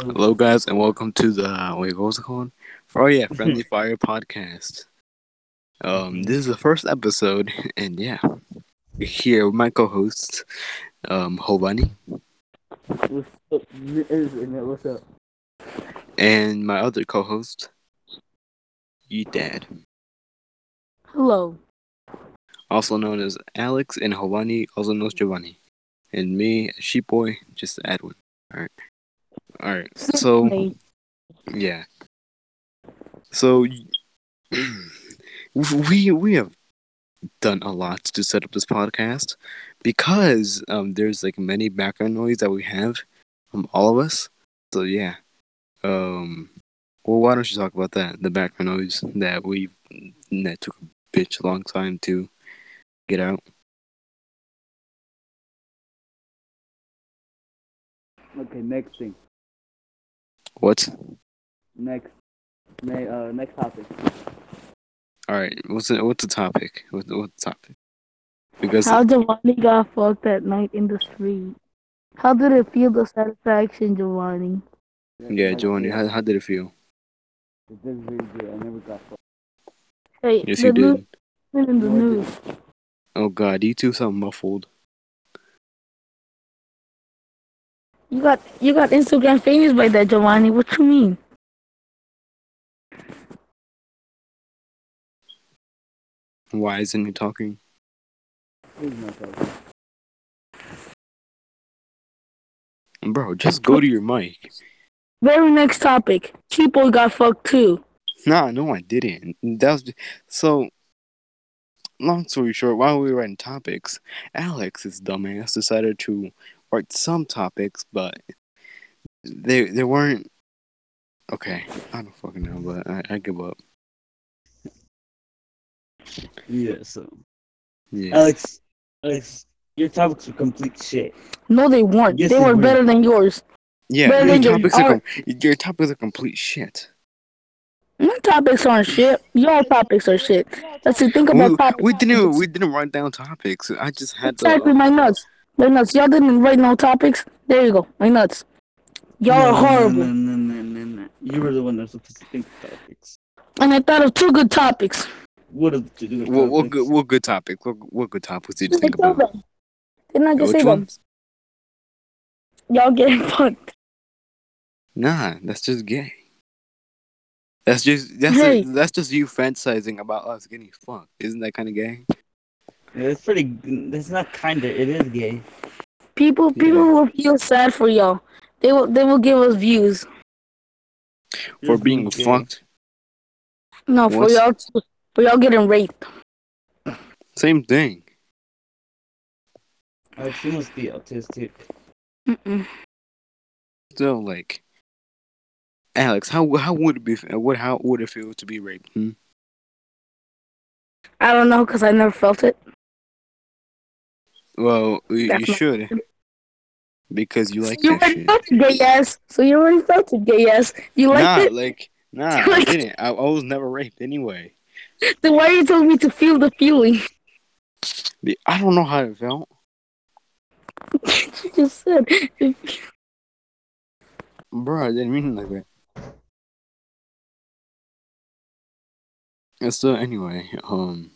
Hello, guys, and welcome to the wait, what was it called? Oh yeah, Friendly Fire podcast. Um, this is the first episode, and yeah, we're here with my co-hosts, um, Hovani What's up? It is, isn't it? What's up? and my other co-host, Ye Dad, Hello. also known as Alex, and Hovani, also known as Giovanni, and me, Sheep Boy, just Edwin. All right, all right. So. Hey. Yeah. So y- we we have done a lot to set up this podcast because um there's like many background noise that we have from all of us. So yeah. Um well why don't you talk about that? The background noise that we that took a bitch long time to get out. Okay, next thing. What? Next. Ne- uh, next topic. Alright, what's the what's the topic? What what's the topic? Because How Giovanni got fucked that night in the street. How did it feel the satisfaction, Giovanni? yeah, Giovanni, how, how did it feel? It did really good. I never got fucked. Hey, Yes the you did. news been in the No, I news. Oh god, you two sound muffled. You got you got Instagram famous by that, Giovanni. What you mean? Why isn't he talking? Please, no fuck. Bro, just go to your mic. Very next topic. Cheap boy got fucked too. Nah, no, I didn't. That was so. Long story short, while we were writing topics, Alex, this dumbass, decided to write some topics, but they they weren't. Okay, I don't fucking know, but I, I give up. Yeah, so Yeah. Alex, Alex, your topics are complete shit. No, they weren't. Yes, they they were were. better than yours. yeah, Well, your then you topics are, com- your topics are complete shit. My topics aren't shit. Your topics are shit. Let's see, think about We, topics. we didn't we didn't write down topics. I just had Exactly, to. my nuts. My nuts. Y'all didn't write no topics. There you go. My nuts. Y'all are No, horrible. no, no, no, no, no. You were the one that was supposed to think of topics. And I thought of two good topics. What have to do with What, what, topics? good, what good topic? What, what good topics did you Didn't I think tell about? them? Didn't I Yeah, which just say them? ones? Y'all getting fucked. Nah, that's just gay. That's just that's Gay. that's just you fantasizing about us getting fucked. Isn't that kind of gay? Yeah, That's pretty. That's not kinda. It is gay. People, people Yeah. will feel sad for y'all. They will, they will give us views. For It's being not gay. fucked. No, What's- for y'all, too- for y'all getting raped. Same thing. Alex, you must be autistic. Mm-mm. So like, Alex, how how would it be? What how would it feel to be raped? Hmm? I don't know, cause I never felt it. Well, you, you Definitely. should because you like you that already shit. felt it, gay yes. So you already felt it, gay yes. You nah, liked like nah, I Like- didn't. I, I was never raped anyway. it. Then why you told me to feel the feeling? Be- I don't know how it felt. you just said. Bro, I didn't mean it like that. And So anyway, um,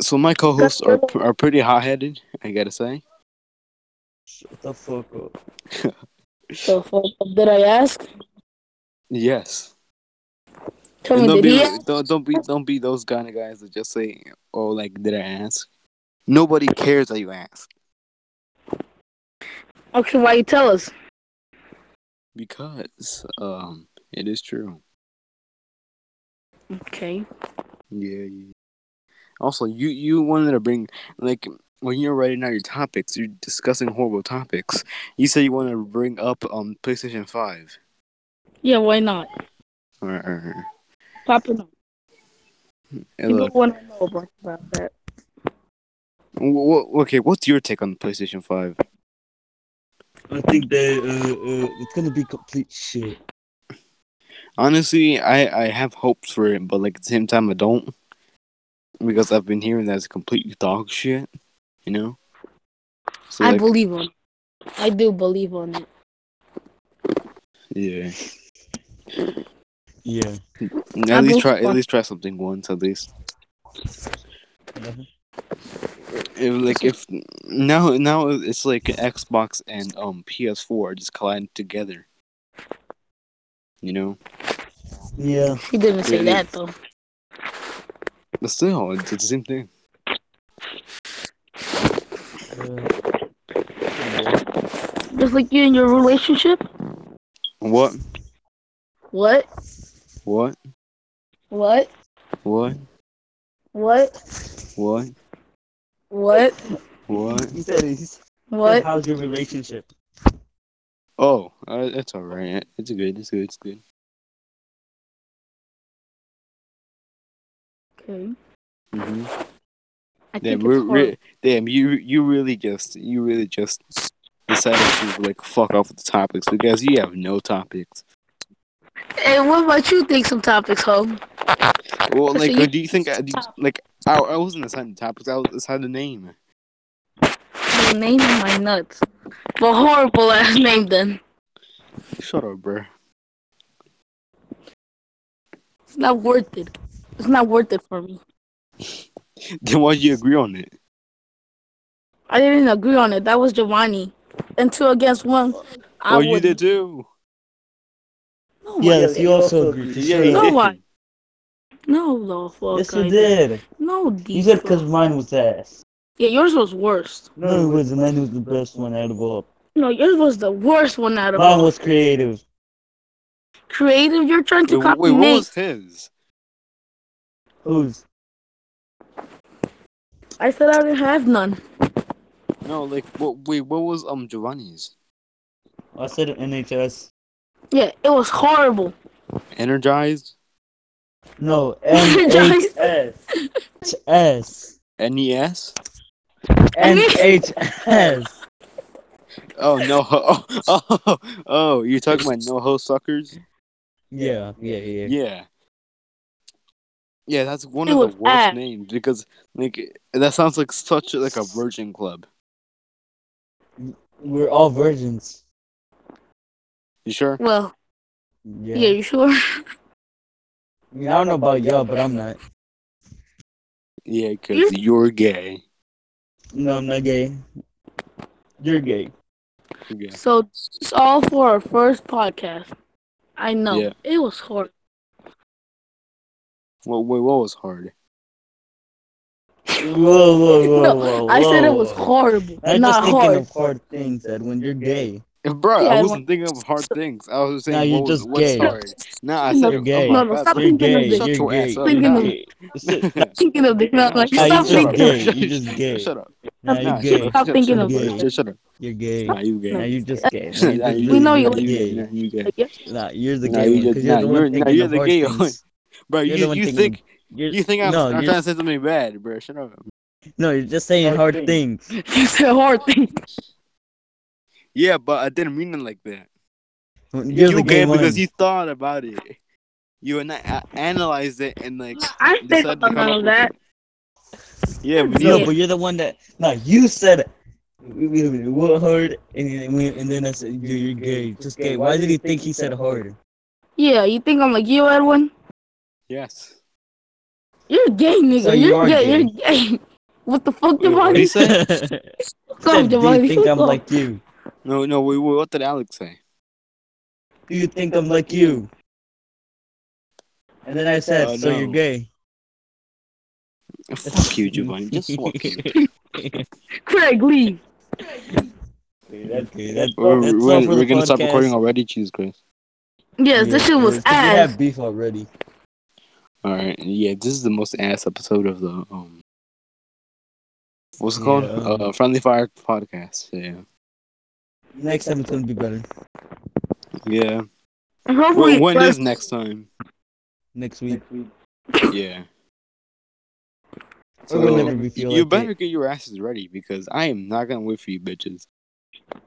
so my co-hosts are p- are pretty hot-headed, I gotta say. Shut the fuck up. So fuck up, did I ask? Yes, Tell And me, don't Oh, did be he? ask? don't, don't be don't be those kind of guys that just say, "Oh, like did I ask?" Nobody cares that you ask Okay, why you tell us? because um, it is true. Okay. Yeah. yeah. Also, you you wanted to bring like when you're writing out your topics, you're discussing horrible topics. You said you want to bring up um PlayStation Five. Yeah, why not? All right, all right, all right. Popping up. Hey, People look, want to know about, about that. wh- wh- okay, what's your take on the PlayStation Five? I think that uh, uh, it's gonna be complete shit. Honestly, I I have hopes for it, but like at the same time, I don't because I've been hearing that it's complete dog shit. You know? So I like, believe on. it. I do believe on it. yeah. Yeah. At least believe try. At on- least try something once. At least. Mhm. If, like if now now it's like Xbox and um PS4 are just colliding together. You know, Yeah. He didn't say Really? that though. but still it's the same thing. Uh, Just like you in your relationship. What? What? What? What? What? What? What? What? What? He said, he said What? how's your relationship? Oh, uh, it's all right. It's good. It's good. It's good. Okay. hmm I Damn, think we're, it's hard. re damn, you you really just you really just decided to like fuck off with the topics because you have no topics. Hey, what about you? Think some topics, ho. Well, So like, you- do you think I, do you- like I, I wasn't assigning topics? I was assigning name. My name is my nuts. But horrible ass name then. Shut up, bro. It's not worth it. It's not worth it for me. Then why'd you agree on it? I didn't agree on it. That was Giovanni. And two against one. I oh, you wouldn't. did too. No, Yes, yeah, you you also also agreed. agree. Yeah, you No, did. why? No, law Yes, fuck. you I- did. No, You said deep. because mine was ass. Yeah, yours was worse. No, it wasn't. Mine was the best one out of all. No, yours was the worst one out of Mine all. was creative. Creative, you're trying to Wait, wait, copy what Nate. was his? Who's? I said I didn't have none. No, like, what? Wait, what was um Giovanni's? I said NHS. Yeah, it was horrible. Energized, No, Energized. NHS. HS. NES. NHS. Oh no! Oh, oh, oh, oh you talking about no ho suckers? Yeah, yeah, yeah. Yeah. Yeah, that's one It of the was worst ass. names because like that sounds like such like a virgin club. We're all virgins. You sure? Well, Yeah. yeah, you sure? I, mean, I don't know about y'all, but I'm not. Yeah, because you're gay. No, I'm not gay. You're gay. You're gay. So it's all for our first podcast. I know Yeah. it was horrible. Well, wait, what was hard? Whoa, whoa, whoa, No, whoa, I said it whoa. was horrible, I'm just not thinking hard. of hard things, Ed, when you're gay. Bro, Yeah, I I wasn't thinking of hard things. I was just No, saying, you're what was, just what's gay. hard? Nah, I No, said, you're gay. Oh my No, no, God, stop that's- You're thinking of gay. this. Shut your ass You're gay. up. Nah. Shut- Thinking of- Thinking of this, Nah, not like shut Nah, stop you're just up. thinking. gay. You're just gay. Shut up. Nah, Nah, you're shut gay. up. Stop Shut up. thinking Shut up. of Shut it. up. Shut- Shut up. You're gay. Nah, you Nah, gay. you're just gay. Nah, Nah, you're just you really know gay. you Nah, just you gay. gay. Nah, you gay. Nah, you're the Nah, gay you one. just- Cause you're nah, the one you're- nah, thinking you're of the hard gay things. one. Bro, You're you the one you thinking think You're, you think I'm, no, I'm you're, trying to say something bad, bro? Shut up. no, you're just saying hard, things. You said hard thing. Yeah, but I didn't mean it like that. You're the you gay gay one. because you thought about it. You and I uh, analyzed it and like I said decided to come none up of with that. it. Yeah, we no, did. but you're the one that. No, you said it. What hard? And then, we- and then I said, you're, you're gay. Just gay. Why did he think he said hard? Yeah, you think I'm like you, Edwin? Yes. You're a gay, nigga. So you you're are gay. gay. You're gay. What the fuck, Wait, what Giovanni? did he say? Said, Stop, do you Giovanni. think I'm Stop. like you? No, no. Wait, wait, what did Alex say? Do you think I'm like you? And then I said, Uh, so no. you're gay. Fuck you, Giovanni. Just fuck you. Craig, leave. Okay, that's, We're, that's all we're, for we're the gonna stop podcast. recording already, Jesus Christ. Yes, this Yeah, shit was yeah, 'cause We ass. have beef already. All right. Yeah, this is the most ass episode of the um. What's it called? Yeah, um, uh, Friendly Fire podcast. Yeah. Next time it's gonna be better. Yeah. Hopefully, When, when but- is next time? Next week. Yeah. Or whenever So, we feel Oh, you like better it. get your asses ready because I am not gonna wait for you bitches. A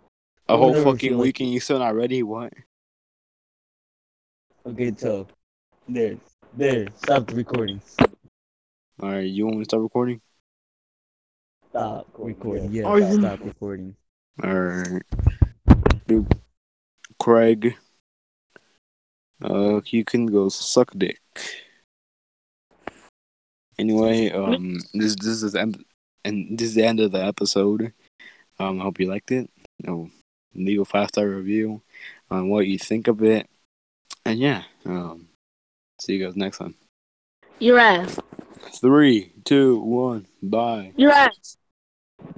Or whole whenever we fucking feel like week and you still not ready? What? Okay, so there, there. Stop the recording. All right, you want me to start recording? Stop recording. Yeah, Are you- stop recording. Alright. Craig. Uh, you can go suck dick. Anyway, um, this this is the end, and this is the end of the episode. Um, hope you liked it. You know, leave a five star review on what you think of it, and yeah, um, see you guys next time. Your ass. Three, two, one, bye. Your ass.